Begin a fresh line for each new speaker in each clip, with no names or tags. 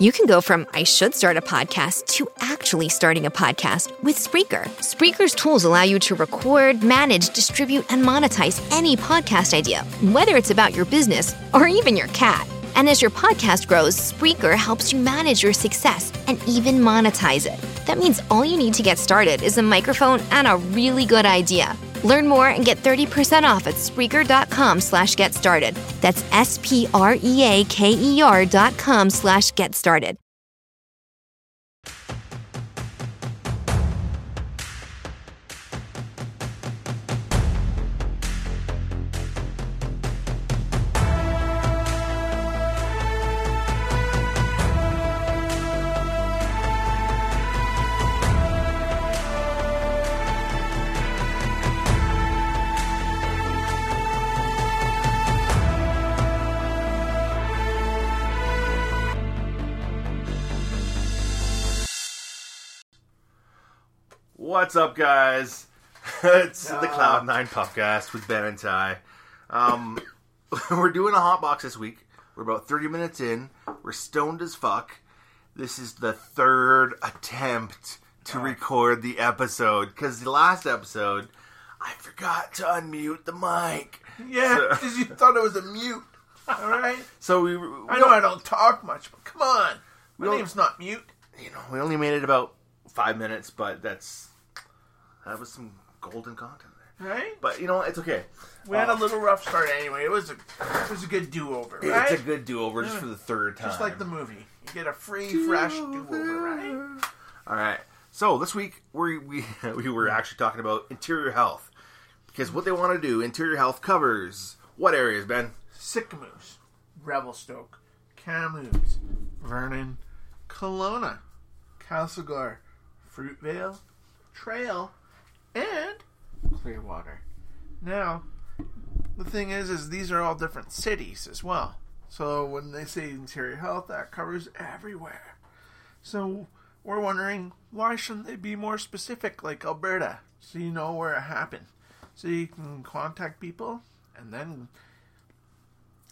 You can go from I should start a podcast to actually starting a podcast with Spreaker. Spreaker's tools allow you to record, manage, distribute, and monetize any podcast idea, whether it's about your business or even your cat. And as your podcast grows, Spreaker helps you manage your success and even monetize it. That means all you need to get started is a microphone and a really good idea. Learn more and get 30% off at Spreaker.com slash get started. That's E S-P-R-E-A-K-E-R dot com slash get started.
What's up, guys? it's the Cloud Nine Podcast with Ben and Ty. Um, we're doing a hot box this week. We're about thirty minutes in. We're stoned as fuck. This is the third attempt to record the episode because the last episode I forgot to unmute the mic.
Yeah,
So-
because you thought it was a mute. All right.
So we, we
I know
don't-
I don't talk much, but come on, my
don't-
name's not mute.
you know, we only made it about five minutes, but that's that was some golden content there.
Right.
But you know, it's okay.
we had a little rough start anyway. It was a it was a good do over, right?
It's a good do-over just for the third time.
Just like the movie, you get a free fresh do over, right?
All right. So this week we we we were actually talking about interior health because what they want to do interior health covers what areas, Ben?
Sycamoose, Revelstoke, Camus, Vernon, Kelowna, Castlegar, Fruitvale, Trail, and Clearwater. Now, the thing is, is these are all different cities as well. So when they say interior health, that covers everywhere. So we're wondering why shouldn't they be more specific, like Alberta, so you know where it happened, so you can contact people and then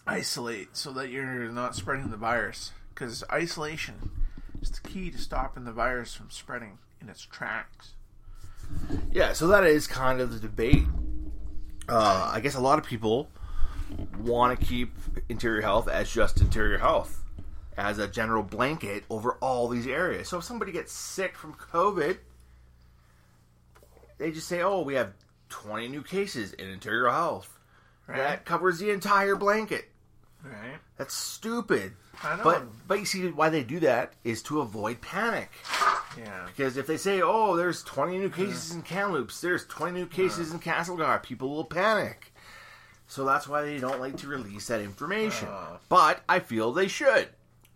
isolate so that you're not spreading the virus. Because isolation is the key to stopping the virus from spreading in its tracks.
Yeah. So that is kind of the debate. Uh, I guess a lot of people want to keep interior health as just interior health, as a general blanket over all these areas. So if somebody gets sick from COVID, they just say, "Oh, we have 20 new cases in interior health."
Right?
That covers the entire blanket.
Right?
That's stupid.
I know.
But but you see why they do that is to avoid panic.
Yeah.
Because if they say, "Oh, there's 20 new cases in Kamloops, there's 20 new cases in Castlegar," people will panic. So that's why they don't like to release that information. but I feel they should.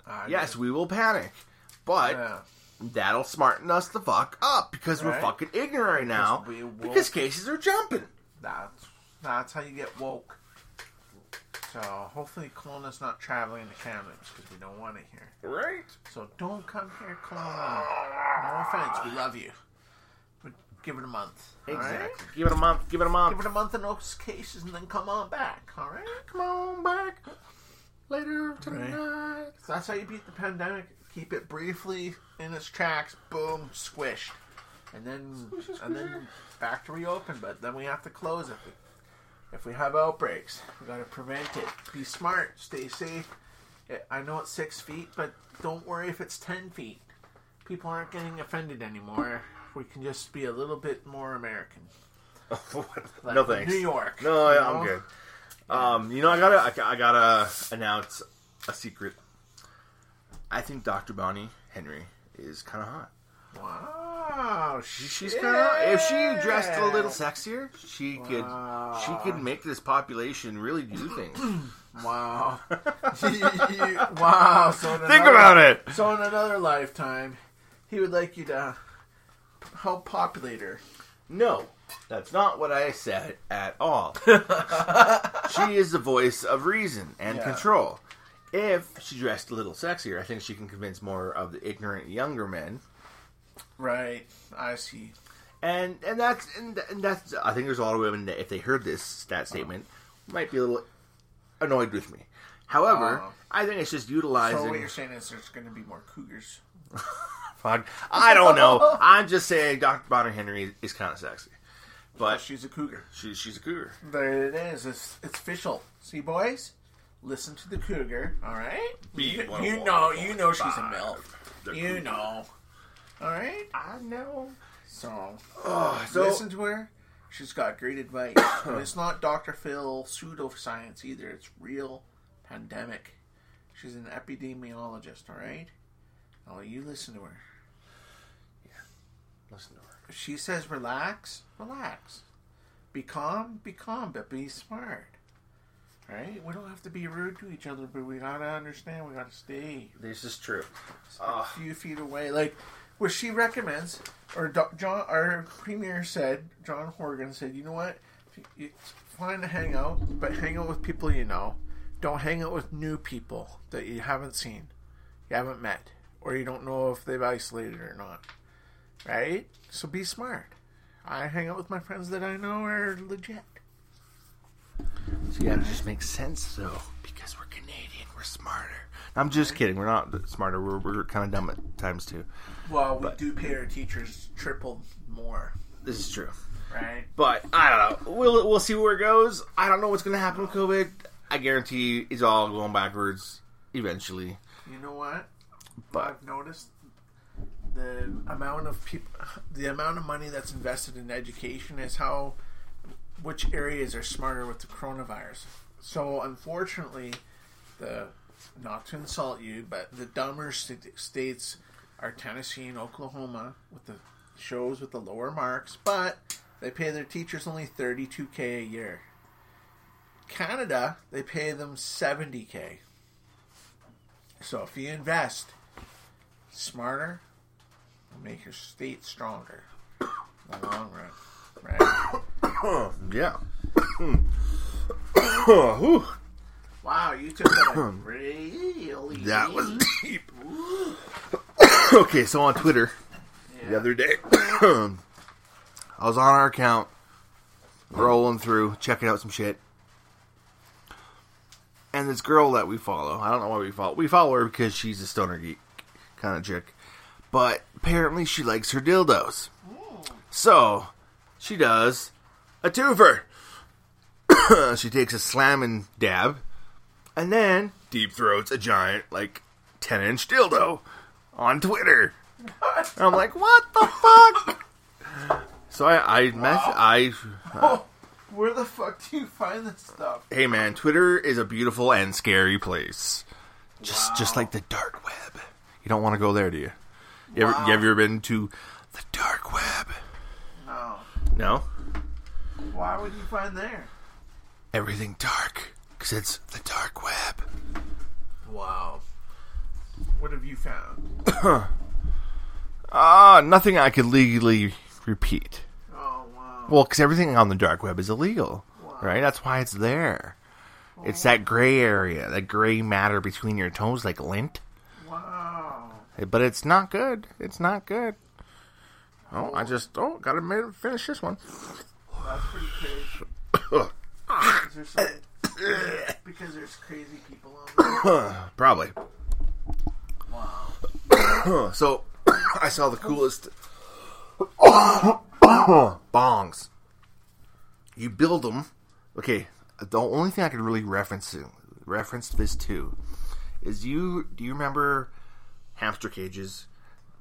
Uh. I
Yes, we will panic. But
Yeah.
that'll smarten us the fuck up because we're
Right.
fucking ignorant right now
we will-
because cases are jumping.
That's, that's how you get woke. So hopefully Kelowna's not traveling to Kamloops because we don't want it here.
Right?
So don't come here, Kelowna. No offense, we love you. But give it a month. all right?
Exactly. Give it a month. Give it a month.
Give it a month in those cases and then come on back, alright?
Come on back later tonight.
That's how you beat the pandemic. Keep it briefly in its tracks. Boom, squish, and then and then back to reopen. But then we have to close if we, if we have outbreaks. We gotta prevent it. Be smart. Stay safe. I- I know it's six feet, but don't worry if it's ten feet. People aren't getting offended anymore. We can just be a little bit more American. Like
no thanks.
New York.
No,
you
I- I'm
know?
good. Um, you know, I gotta, I, I gotta announce a secret. I think Dr. Bonnie Henry is kind of hot.
Wow,
She's kind of. If she dressed a little sexier, she could, she could make this population really do things.
Wow. wow. So in
Think
another-
about it.
So in another lifetime, he would like you to help populate her.
No, that's not what I said at all. she is the voice of reason and
Yeah.
control. If she dressed a little sexier, I think she can convince more of the ignorant younger men.
Right. I see.
And and that's and, th- and that's I think there's a lot of women that if they heard this that statement might be a little annoyed with me. However,
Oh.
I think it's just
So what
utilizing.
you're saying is there's going to be more cougars.
Fuck. I don't know. I'm just saying Dr. Bonner Henry is, is kind of sexy,
Oh,
but
she's a cougar.
she, she's a cougar.
There it is. It's, it's official. See, boys, listen to the cougar. All right. You,
one,
you
one,
know,
one,
you know she's a
five.
milf.
The
You
cougar.
know. All right.
I know.
So,
So
listen to her. She's got great advice. and it's not Dr. Phil pseudoscience either. It's real pandemic. She's an epidemiologist, all right? Now you listen to her.
listen to her.
If she says relax, relax. Be calm, be calm, but be smart. All right? We don't have to be rude to each other, but we gotta understand. We gotta stay
This is true.
a few feet away. Like what she recommends, or Doc- John, our premier said, John Horgan said, you know what? If you- It's fine to hang out, but hang out with people you know. Don't hang out with new people that you haven't seen, you haven't met, or you don't know if they've isolated or not. Right? So be smart. I hang out with my friends that I know are legit.
See, that just makes sense though, because we're Canadian, we're smarter. I'm just kidding. We're not smarter. We're, we're kind of dumb at times too.
Well, we do pay our teachers triple more,
This is true.
right?
But I don't know. We'll we'll see where it goes. I don't know what's gonna happen with COVID. I guarantee it's all going backwards eventually.
You know what?
But
I've noticed the amount of people, the amount of money that's invested in education is how which areas are smarter with the coronavirus. So unfortunately, the not to insult you, but the dumber st- states are Tennessee and Oklahoma with the shows with the lower marks, but they pay their teachers only 32k a year. Canada, they pay them 70k. So if you invest smarter, will make your state stronger in the long run. Right?
yeah. Whew.
Wow, you took that like really.
That was deep. okay, so on Twitter the other day, I was on our account, rolling through, checking out some shit. And this girl that we follow, I don't know why we follow. We follow her because she's a stoner geek kind of chick. But apparently she likes her dildos. So she does a twofer. she takes a slam and dab and then deep throats a giant like 10 inch dildo on twitter And i'm like what the fuck so i i mess i
Oh, where the fuck do you find this stuff?
hey man twitter is a beautiful and scary place just just like the dark web you don't want to go there do you you, ever, you ever been to the dark web
No.
no
Why would you find there?
everything dark because it's the dark web
Wow. What have you found?
ah nothing i could legally repeat
Oh wow.
Well, because everything on the dark web is illegal, right? That's why it's there. It's that gray area, that gray matter between your toes, like lint.
Wow.
But it's not good. It's not good. Oh, I just oh, gotta ma- finish this one.
That's pretty crazy. Is there some, because there's crazy people on there.
Probably.
Wow.
So, I saw the coolest bongs. You build them. Okay, the only thing I could really reference to, reference this to is you. Do you remember hamster cages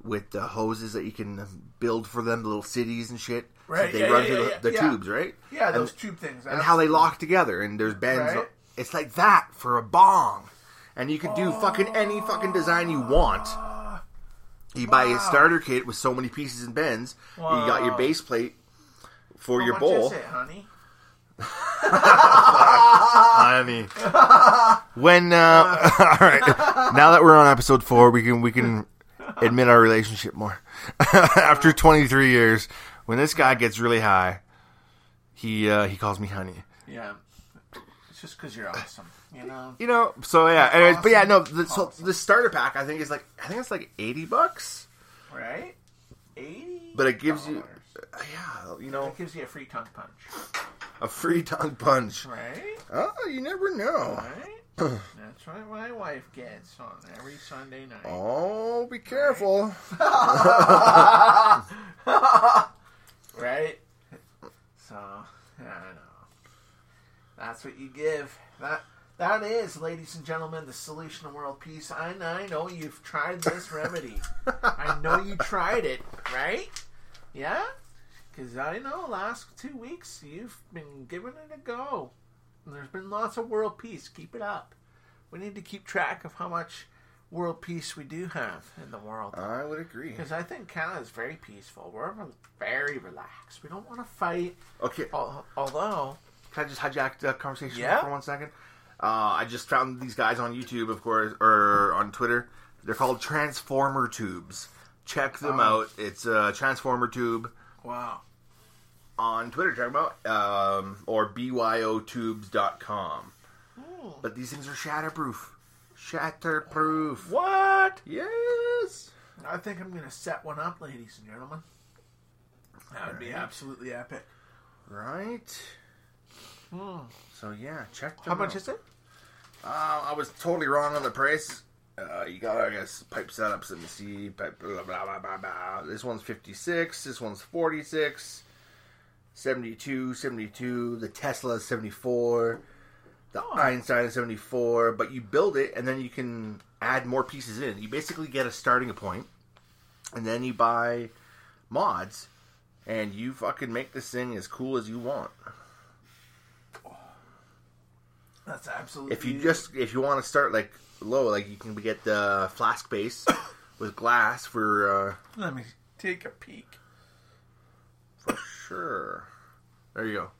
with the hoses that you can build for them, the little cities and shit? So
Right,
they
yeah,
run
yeah,
through
yeah,
the, the
yeah.
tubes, right?
Yeah,
And-
those tube things.
and how they lock together and there's bends.
Right.
It's like that for a bong, and you can do fucking any fucking design you want. You buy a starter kit with so many pieces and bends. You got your
Wow.
base plate for
How
your
much
bowl.
is it, honey?
Honey, when uh, all right, now that we're on episode four, we can we can admit our relationship more. After 23 years, when this guy gets really high, he uh, he calls me honey.
Yeah. It's just because you're awesome, you know?
you know so yeah anyways but yeah no the, so
Awesome.
the starter pack i think is like i think it's like 80 bucks
Right? 80
but it gives you uh,
dollars.
yeah you know
It gives you a free tongue punch.
a free tongue punch Ah.
Right?
oh you never know
Right? That's what my wife gets on every Sunday night.
Oh, be careful.
Right? So, I don't know. That's what you give. That that is, ladies and gentlemen, the solution to world peace. I, I know you've tried this remedy. I know you tried it, right? Yeah? Because I know last two weeks you've been giving it a go. And there's been lots of world peace. Keep it up. We need to keep track of how much world peace we do have in the world.
I would agree.
Because I think Canada's very peaceful. We're very relaxed. We don't want to fight.
Okay,
Al- Although,
can I just hijack the conversation
Yeah.
for one second? Uh, I just found these guys on YouTube, of course, or on Twitter. They're called Transformer Tubes. Check them
Oh.
out. It's uh, Transformer Tube
wow.
on Twitter. Check them out. Um, or BYOTubes.com.
hmm,
But these things are shatterproof. Shatterproof.
What?
Yes.
I think I'm going to set one up, ladies and gentlemen. That would be absolutely epic.
Right. So yeah, check. Them
Hmm. How much
out.
is it?
Uh, I was totally wrong on the price. Uh, you got, I guess, pipe setups. Let me see. Pipe, blah, blah, blah, blah, blah. This one's 56. This one's 46. 72, 72. The Tesla is 74. The Einstein is 74. But you build it, and then you can add more pieces in. You basically get a starting point, and then you buy mods, and you fucking make this thing as cool as you want.
That's absolutely.
if you just if you want to start like low, like you can get the flask base with glass for
Let me take a peek.
uh, sure. There you go.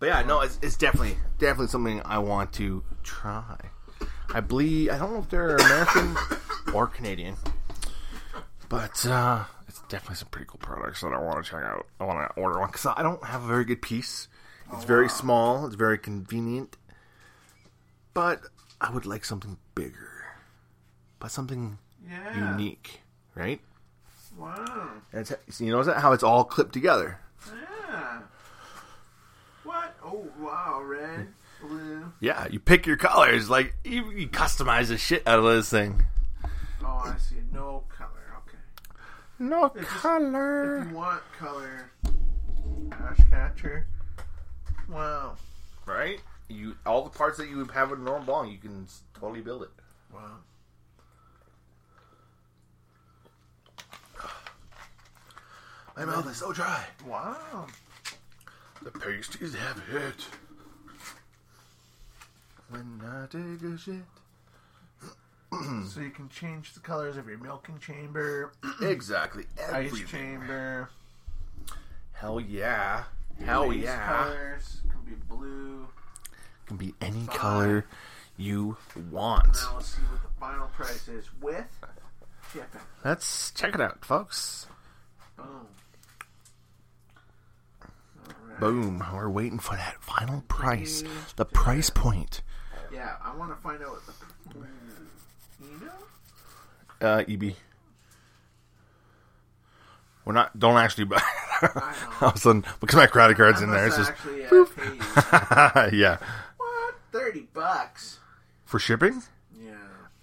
But yeah, no, it's, it's definitely definitely something I want to try. I believe I don't know if they're American or Canadian, but uh, it's definitely some pretty cool products that I want to check out. I want to order one because I don't have a very good piece. It's very small. It's very convenient, but I would like something bigger, but something
Yeah.
unique, right?
Wow.
And it's, you know is that how it's all clipped together?
Yeah. What? Oh, wow. Red, blue.
Yeah, you pick your colors. Like you, you customize the shit out of this thing.
Oh, I see. No color. Okay.
No
just- If
color.
you want color, ash catcher. Wow.
Right? You all the parts that you would have in a normal bong, you can s- totally build it.
Wow.
My mouth is so dry.
Wow.
The pasties have hit. When I take a shit. Hmm.
So you can change the colors of your milking chamber,
Exactly.
ice
everything.
chamber,
Hell yeah. Hell
base
yeah.
colors can be blue.
Can be any color you want.
Now let's see what the final price is with. Get that.
Let's check it out, folks.
Boom.
Boom. We're waiting for that final price. The price point.
Yeah, I want to find out what the.
Hmm.
You know?
Uh, EB. We're not. Don't actually buy.
I
All
know.
of a sudden, because my credit card's in
I
there, it's
must
just
actually uh, pay you.
yeah
what? Thirty bucks.
for shipping.
Yeah,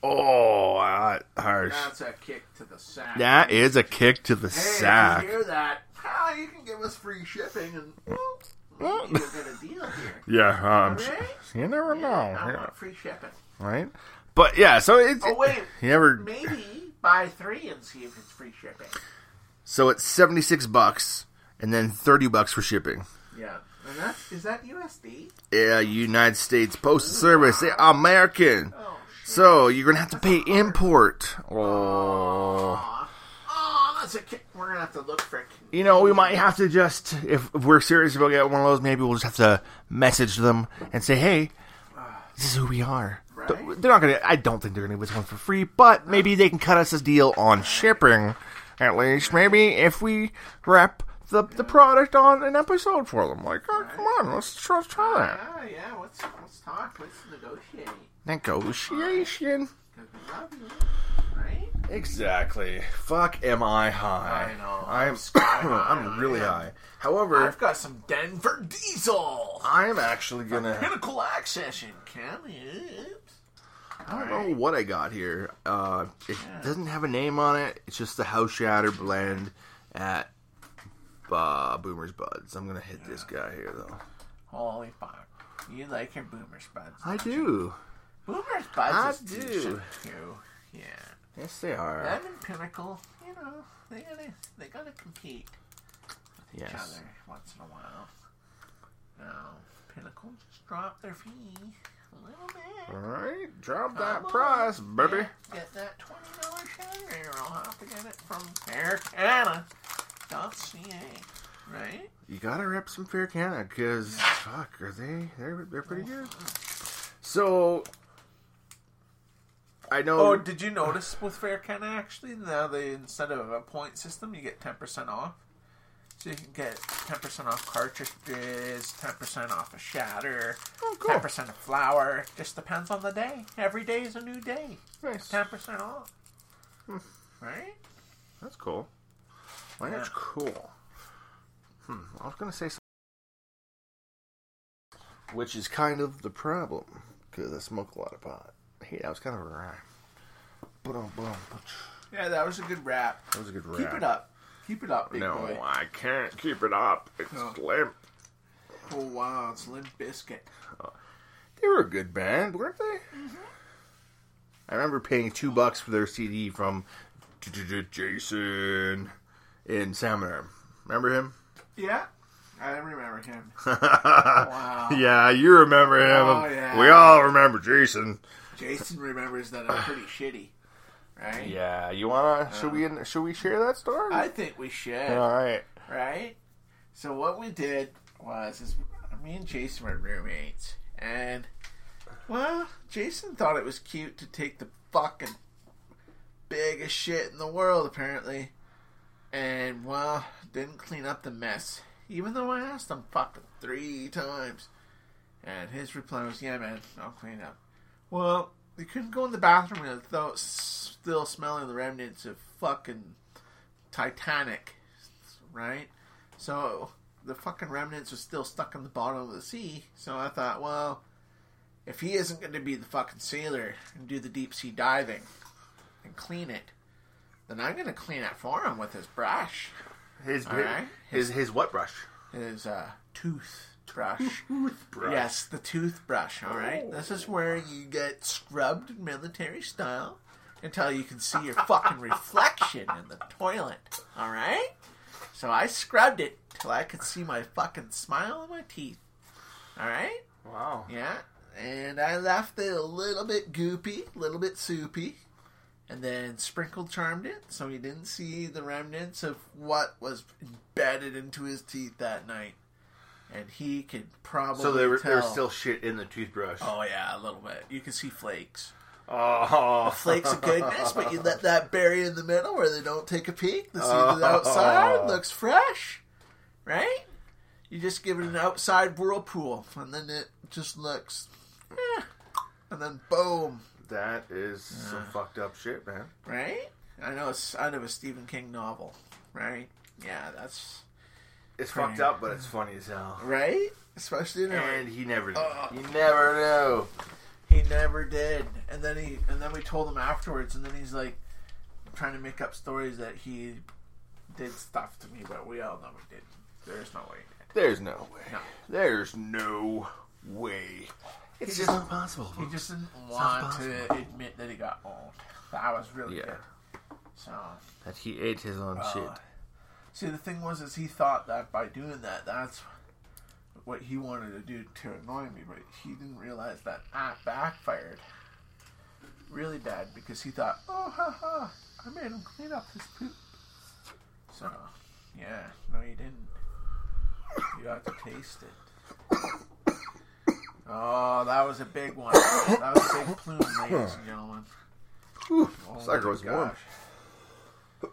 Oh, uh, harsh.
that's a kick to the sack.
That is a kick to the
Hey, if
sack.
you hear that? Ah, you can give us free shipping, and well, maybe you'll get a deal here.
Yeah, um,
Alright?
you never know,
I
Oh, yeah,
want free shipping.
right? But yeah, so it's
Oh wait,
you never.
maybe buy three and see if it's free shipping.
So it's seventy six bucks and then thirty bucks for shipping.
Yeah, and that's is that USD?
Yeah, United States Postal Service, they are American.
Oh shit!
So you're gonna have to pay import. Oh.
Oh, that's a kick. We're gonna have to look for. A kick.
you know, we might have to just, if, if we're serious about getting one of those, maybe we'll just have to message them and say, hey, this is who we are. Th-
Right.
They're not going to, I don't think they're going to give us one for free, but maybe they can cut us a deal on shipping, at least. Maybe if we rep the, the product on an episode for them. Like, oh, come on, let's try, let's try that.
Ah, yeah. Let's let's talk. Let's negotiate.
Negotiation.
'Cause we love you, right?
Exactly. Fuck, am I high?
I know.
I'm, I'm really high. However,
I've got some Denver Diesel.
I'm actually going to.
Pinnacle Access in Cam. Oops.
I don't know what I got here. Uh, it doesn't have a name on it. It's just the house shatter blend at uh, Boomer's Buds. I'm gonna hit this guy here though.
Holy fuck. You like your boomer spuds.
I do.
Boomer spuds
I
is
do.
decent, too. Yeah.
Yes, they are.
Them and Pinnacle, you know, they gotta they gotta compete with each
Yes.
other once in a while. Now, Pinnacle just dropped their fee a little bit.
All right, drop
Come
that
on.
price, baby.
Yeah, get that twenty dollar shatter. I'll have to get it from Americana.ca. Right?
You gotta rep some Fair Canada because fuck, are they? They're they're pretty good. So I know.
Oh, did you notice with Fair Canada actually now they instead of a point system you get ten percent off, so you can get ten percent off cartridges, ten percent off a shatter, ten
cool.
percent of flour. Just depends on the day. Every day is a new day.
Nice.
Ten percent off. Hmm. Right?
That's cool. Why that's
Yeah.
cool. Hmm, I was gonna say something, which is kind of the problem because I smoke a lot of pot. Hey, that was kind of a rhyme. Ba-dum, ba-dum, ba-tsh.
Yeah, that was a good wrap.
That was a good rap.
Keep it up. Keep it up, big
No, uh,
boy.
I can't keep it up. It's
No.
limp.
Oh wow, it's Limp Biscuit.
They were a good band, weren't they? I remember paying two bucks for their CD from Jason in Seminar. Remember him?
Yeah, I remember him. wow,
Yeah, you remember him.
Oh, yeah.
We all remember Jason.
Jason remembers that I'm pretty shitty, right?
Yeah, you wanna? should we? Should we share that story?
I think we should,
all right.
right? So what we did was, is me and Jason were roommates, and well, Jason thought it was cute to take the fucking biggest shit in the world, apparently, and well, didn't clean up the mess, even though I asked him fucking three times, and his reply was, "Yeah, man, I'll clean up." Well, you couldn't go in the bathroom without s- still smelling the remnants of fucking Titanic, right? So the fucking remnants was still stuck in the bottom of the sea. So I thought, well, if he isn't going to be the fucking sailor and do the deep sea diving and clean it, then I'm going to clean it for him with his brush,
His
All right.
his his what brush?
his uh, tooth brush. Yes, the toothbrush. All right, this is where you get scrubbed military style until you can see your fucking reflection in the toilet. All right, so I scrubbed it till I could see my fucking smile and my teeth. All right,
Wow.
yeah, and I left it a little bit goopy, a little bit soupy, and then sprinkle charmed it so he didn't see the remnants of what was embedded into his teeth that night. And he could probably
So there were, there was
tell-
still shit in the toothbrush.
Oh yeah, a little bit. You can see flakes,
Oh.
flakes of goodness, but you let that bury in the middle where they don't take a peek. They see the outside looks fresh, right? You just give it an outside whirlpool, and then it just looks, eh, and then boom,
that is some fucked up shit, man.
right? I know it's out of a Stephen King novel, right? Yeah, that's
It's fucked
Pretty-
up, but it's funny as hell.
right, especially in a
And he never knew.
Oh.
He never knew.
He never did. And then he and then we told him afterwards and then he's like trying to make up stories that he did stuff to me, but we all know he did. There's no way he did.
There's no way.
No.
There's no way. It's just impossible.
He just didn't want to
possible.
admit that he got old. That was really
Yeah.
good. So
That he ate his own
Uh,
shit.
see the thing was is he thought that by doing that that's what he wanted to do to annoy me, but he didn't realize that that backfired really bad because he thought, oh, ha, ha, I made him clean up his poop. So, yeah, no, you didn't. You have to taste it. Oh, that was a big one. That was a big plume, ladies and gentlemen. Oh,
sucker
my
was warm.
gosh.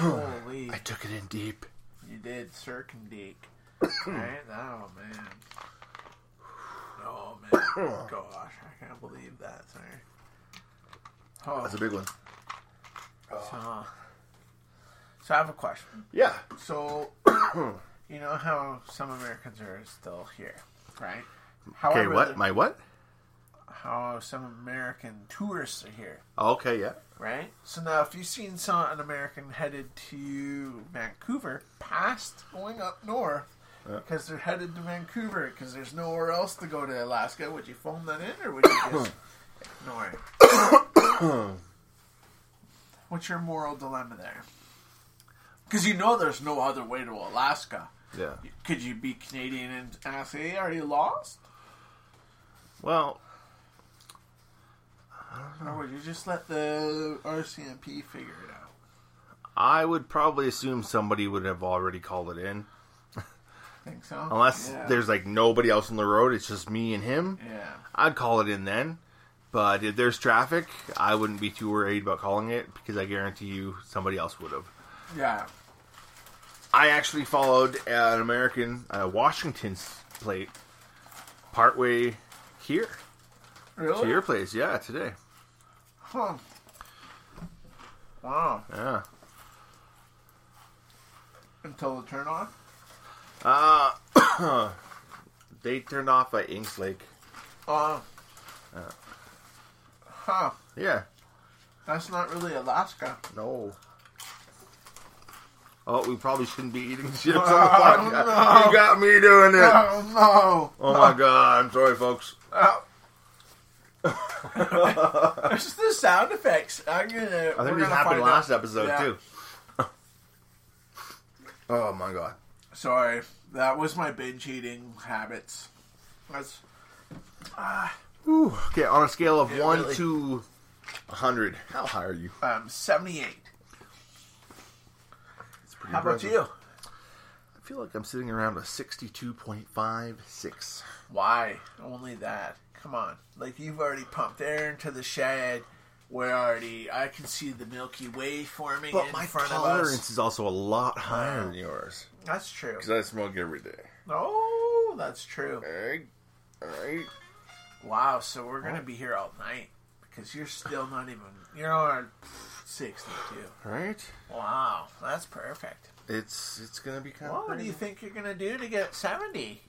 Holy
I took it in deep.
you did circumdeke. right? Oh man. Oh man. Gosh, I can't believe that, sir. Oh,
That's a big one.
so, so I have a question.
Yeah.
So you know how some Americans are still here, right? However,
Okay, what?
the-
My what?
how some American tourists are here,
Oh, Okay, yeah.
right? So now, if you've seen some an American headed to Vancouver, past going up north, because they're headed to Vancouver, because there's nowhere else to go to Alaska, would you phone that in or would you just ignore it? What's your moral dilemma there? Because you know there's no other way to Alaska.
Yeah.
Could you be Canadian and ask, hey, are you lost?
Well,
Or would you just let the RCMP figure it out?
I would probably assume somebody would have already called it in.
Think so?
Unless
Yeah.
there's like nobody else on the road, it's just me and him.
Yeah.
I'd call it in then. But if there's traffic, I wouldn't be too worried about calling it because I guarantee you somebody else would have.
Yeah.
I actually followed an American uh, Washington's plate partway here
Really?
to your place. Yeah, today.
Huh. Wow.
Yeah.
Until the turn off?
They turned off at Inks Lake.
Uh, huh.
Yeah.
That's not really Alaska.
No. Oh, we probably shouldn't be eating chips on the podcast. You got me doing it.
Oh
Oh my god, I'm sorry, folks.
no! It's just the sound effects. I'm gonna,
I think this happened last episode too. oh my god.
Sorry, that was my binge eating habits. That's
Ooh, okay, on a scale of
Yeah,
one
really.
to a hundred, how high are you?
um, seventy-eight.
It's pretty
How about
impressive.
you?
I feel like I'm sitting around a sixty-two point five six.
Why only that? Come on, like you've already pumped air into the shed. We're already. I can see the Milky Way forming
But
in
my
front of
tolerance
us.
is also a lot higher than yours
That's true.
because I smoke every day.
Oh, that's true.
All right, all right.
Wow, so we're gonna be here all night because you're still not even you're on sixty-two.
All right.
Wow, that's perfect.
It's it's gonna be kind
What
of.
do you think you're gonna do to get seventy?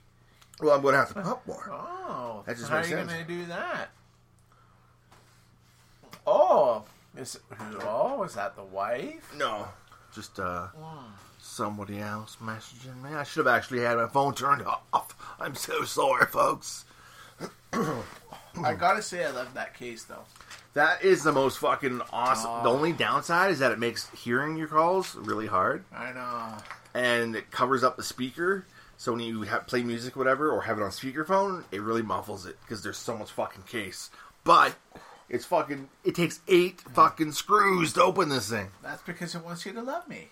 Well, I'm gonna have to pump more.
Oh,
That just
how
makes
are you
sense.
gonna do that? Oh, is oh is that the wife?
No, just uh, somebody else messaging me. I should have actually had my phone turned off. I'm so sorry, folks.
I
Hmm.
gotta say, I love that case though.
That is the most fucking awesome. The
Oh.
only downside is that it makes hearing your calls really hard,
I know.
and it covers up the speaker. So when you ha play music, whatever, or have it on speakerphone, it really muffles it because there's so much fucking case. But it's fucking. It takes eight fucking screws to open this thing.
That's because it wants you to love me,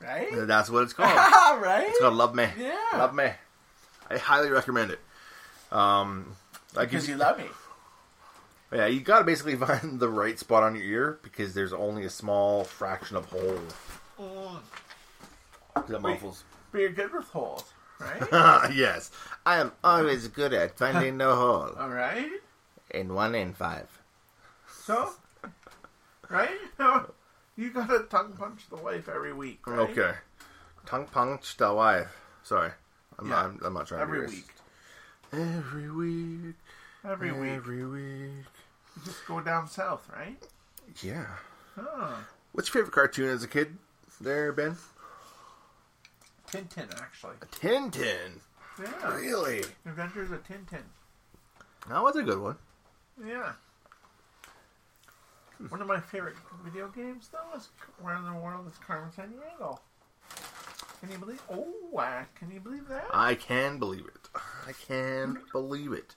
right?
That's what it's called.
right?
It's called Love Me.
Yeah.
Love Me. I highly recommend it. Um, I give
because
you,
you love me.
yeah, you gotta basically find the right spot on your ear because there's only a small fraction of hole Mm. that muffles.
But you're good with holes, right?
yes, I am always good at finding the hole
All right.
in one in five.
So, right? No, you gotta tongue punch the wife every week, right?
Okay, tongue punch the wife. Sorry, I'm,
Yeah.
I'm, I'm not trying
Every
to be
week.
racist. Every week,
Every week.
every week.
You Just go down south, right?
Yeah.
Huh.
What's your favorite cartoon as a kid? There, Ben.
Tintin, actually.
Tintin.
Yeah.
Really?
Adventures of Tintin.
That was a good one.
Yeah. One of my favorite video games, though, is Around the World with Carmen Sandiego. Can you believe? Oh, wow. Can you believe that?
I can believe it. I can believe it.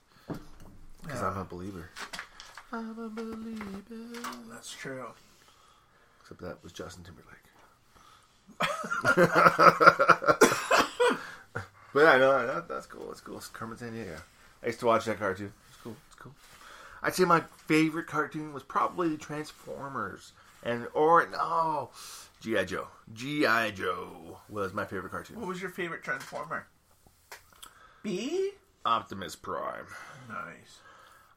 Because
Yeah.
I'm a believer. I'm a believer.
That's true.
Except that was Justin Timberlake. but yeah, no, that, that's cool. That's cool. It's Carmen Sandiego. I used to watch that cartoon. It's cool. It's cool. I'd say my favorite cartoon was probably Transformers, and or no, GI Joe. GI Joe was my favorite cartoon.
What was your favorite Transformer? B?
Optimus Prime.
Nice.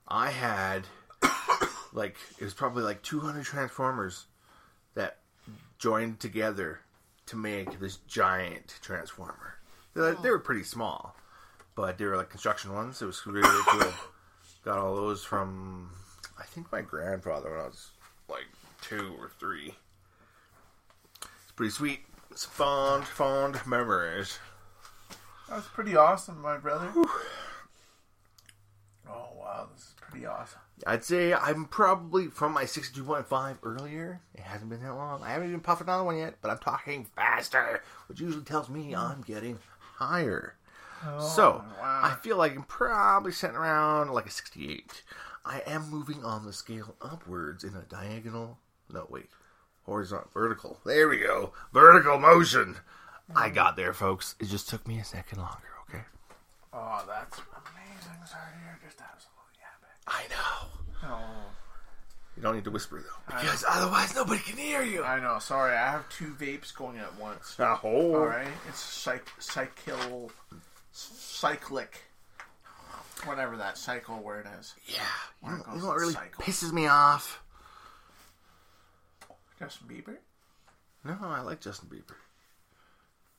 I had like it was probably like 200 Transformers that joined together to make this giant Transformer. They, they were pretty small, but they were like construction ones. It was really, really cool. Got all those from I think my grandfather when I was like two or three. It's pretty sweet. It's fond, fond memories.
That was pretty awesome, my brother. Oh wow, this is pretty awesome.
I'd say I'm probably from my 62.5 earlier. It hasn't been that long. I haven't even puffed another one yet, but I'm talking faster, which usually tells
Hmm.
me I'm getting higher. so
Oh, wow.
I feel like I'm probably sitting around like a 68. I am moving on the scale upwards in a diagonal. No, wait. Horizontal. Vertical. There we go. Vertical motion.
Hmm.
I got there, folks. It just took me a second longer, okay?
Oh, that's amazing, sir. You're just absolutely epic.
I know.
Oh,
You don't need to whisper, though, because otherwise nobody can hear you.
I know. Sorry, I have two vapes going at once.
Oh.
All right, it's psych cycle, cyclic, whatever that cycle word is.
Yeah. You know,
goes
you know
the
what really
cycle?
pisses me off?
Justin Bieber.
No, I like Justin Bieber.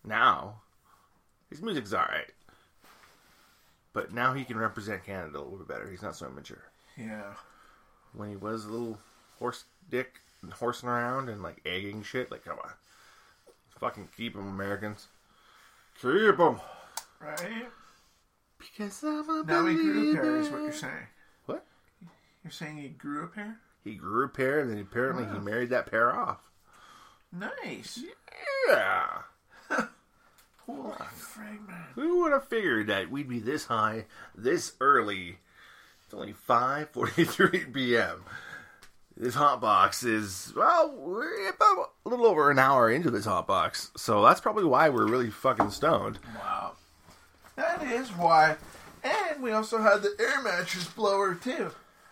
Now, his music's alright. But now he can represent Canada a little bit better. He's not so immature.
Yeah.
When he was a little horse dick and horsing around and like egging shit, like, come on. Fucking keep him, Americans. Keep him.
Right.
Because I'm a
Now he grew a
believer.
pair. Is what you're saying?
What?
You're saying he grew a pair?
He grew a pair and then apparently he married that pair off.
Nice.
Yeah.
Holy frig, man.
Who would have figured that we'd be this high this early? It's only 5:43 p.m. This hot box is well, we're about a little over an hour into this hot box, so that's probably why we're really fucking stoned.
Wow. That is why. And we also had the air mattress blower too.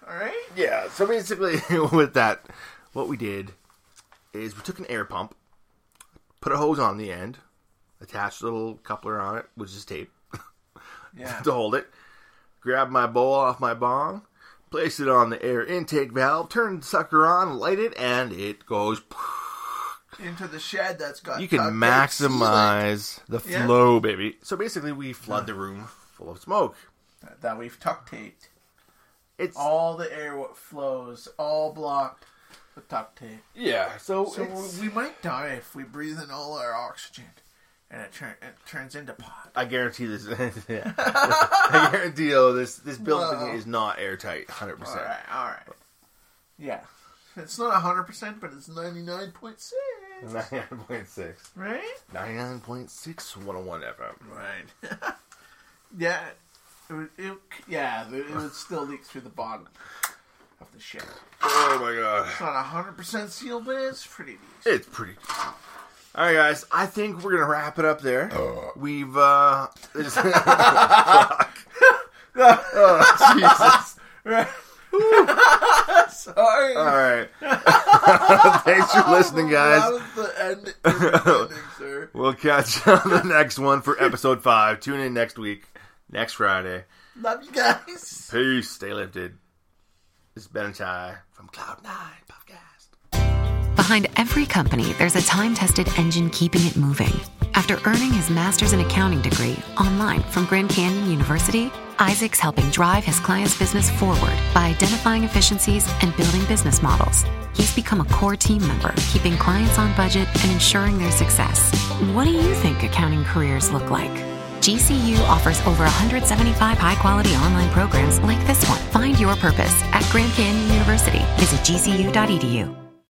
All right.
Yeah. So basically, with that, what we did is we took an air pump, put a hose on the end, attached a little coupler on it, which is tape.
Yeah.
to hold it. Grab my bowl off my bong, place it on the air intake valve, turn the sucker on, light it, and it goes.
Into the shed that's got.
You can
duct tape
maximize the
Yeah.
flow, baby. So basically, we flood the room full of smoke.
ceiling that we've tuck taped.
It's
All the air what flows, all blocked with duct tape.
yeah. So,
So
it's-
we might die if we breathe in all our oxygen, and it, turn, it turns into pot.
I guarantee this. I guarantee you this this building
Wow.
is not airtight, hundred
All
percent.
right, all right. Yeah, it's not hundred percent, but it's ninety nine point six.
Ninety-nine point six.
Right.
Ninety-nine point six. One hundred one FM.
Right. yeah. It would, it, yeah, it would still leak through the bottom of the ship.
Oh my god.
It's not 100% sealed, but it's pretty decent.
It's pretty. decent. All right, guys. I think we're gonna wrap it up there. We've uh, Jesus.
Sorry.
All right. Thanks for listening,
that
guys.
was the end. the ending, sir.
We'll catch you on the next one for episode five. Tune in next week, next Friday.
Love you guys.
Peace. Stay lifted. This is Ben and Ty from Cloud Nine Podcast.
Behind every company, there's a time tested engine keeping it moving. After earning his master's in accounting degree online from Grand Canyon University, Isaac's helping drive his client's business forward by identifying efficiencies and building business models. He's become a core team member, keeping clients on budget and ensuring their success. What do you think accounting careers look like? GCU offers over 175 high quality online programs like this one. Find your purpose at Grand Canyon University. Visit gcu.edu.